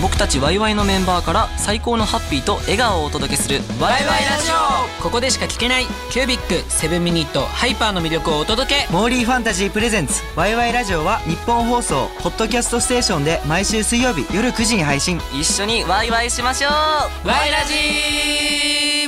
僕たちワイワイのメンバーから最高のハッピーと笑顔をお届けするワイワイラジここでしか聞けないキュービックセブンミニットハイパーの魅力をお届けモーリーファンタジープレゼンツワイワイラジオは日本放送ポッドキャストステーションで毎週水曜日夜9時に配信オ一緒にワイワイしましょうワイラジー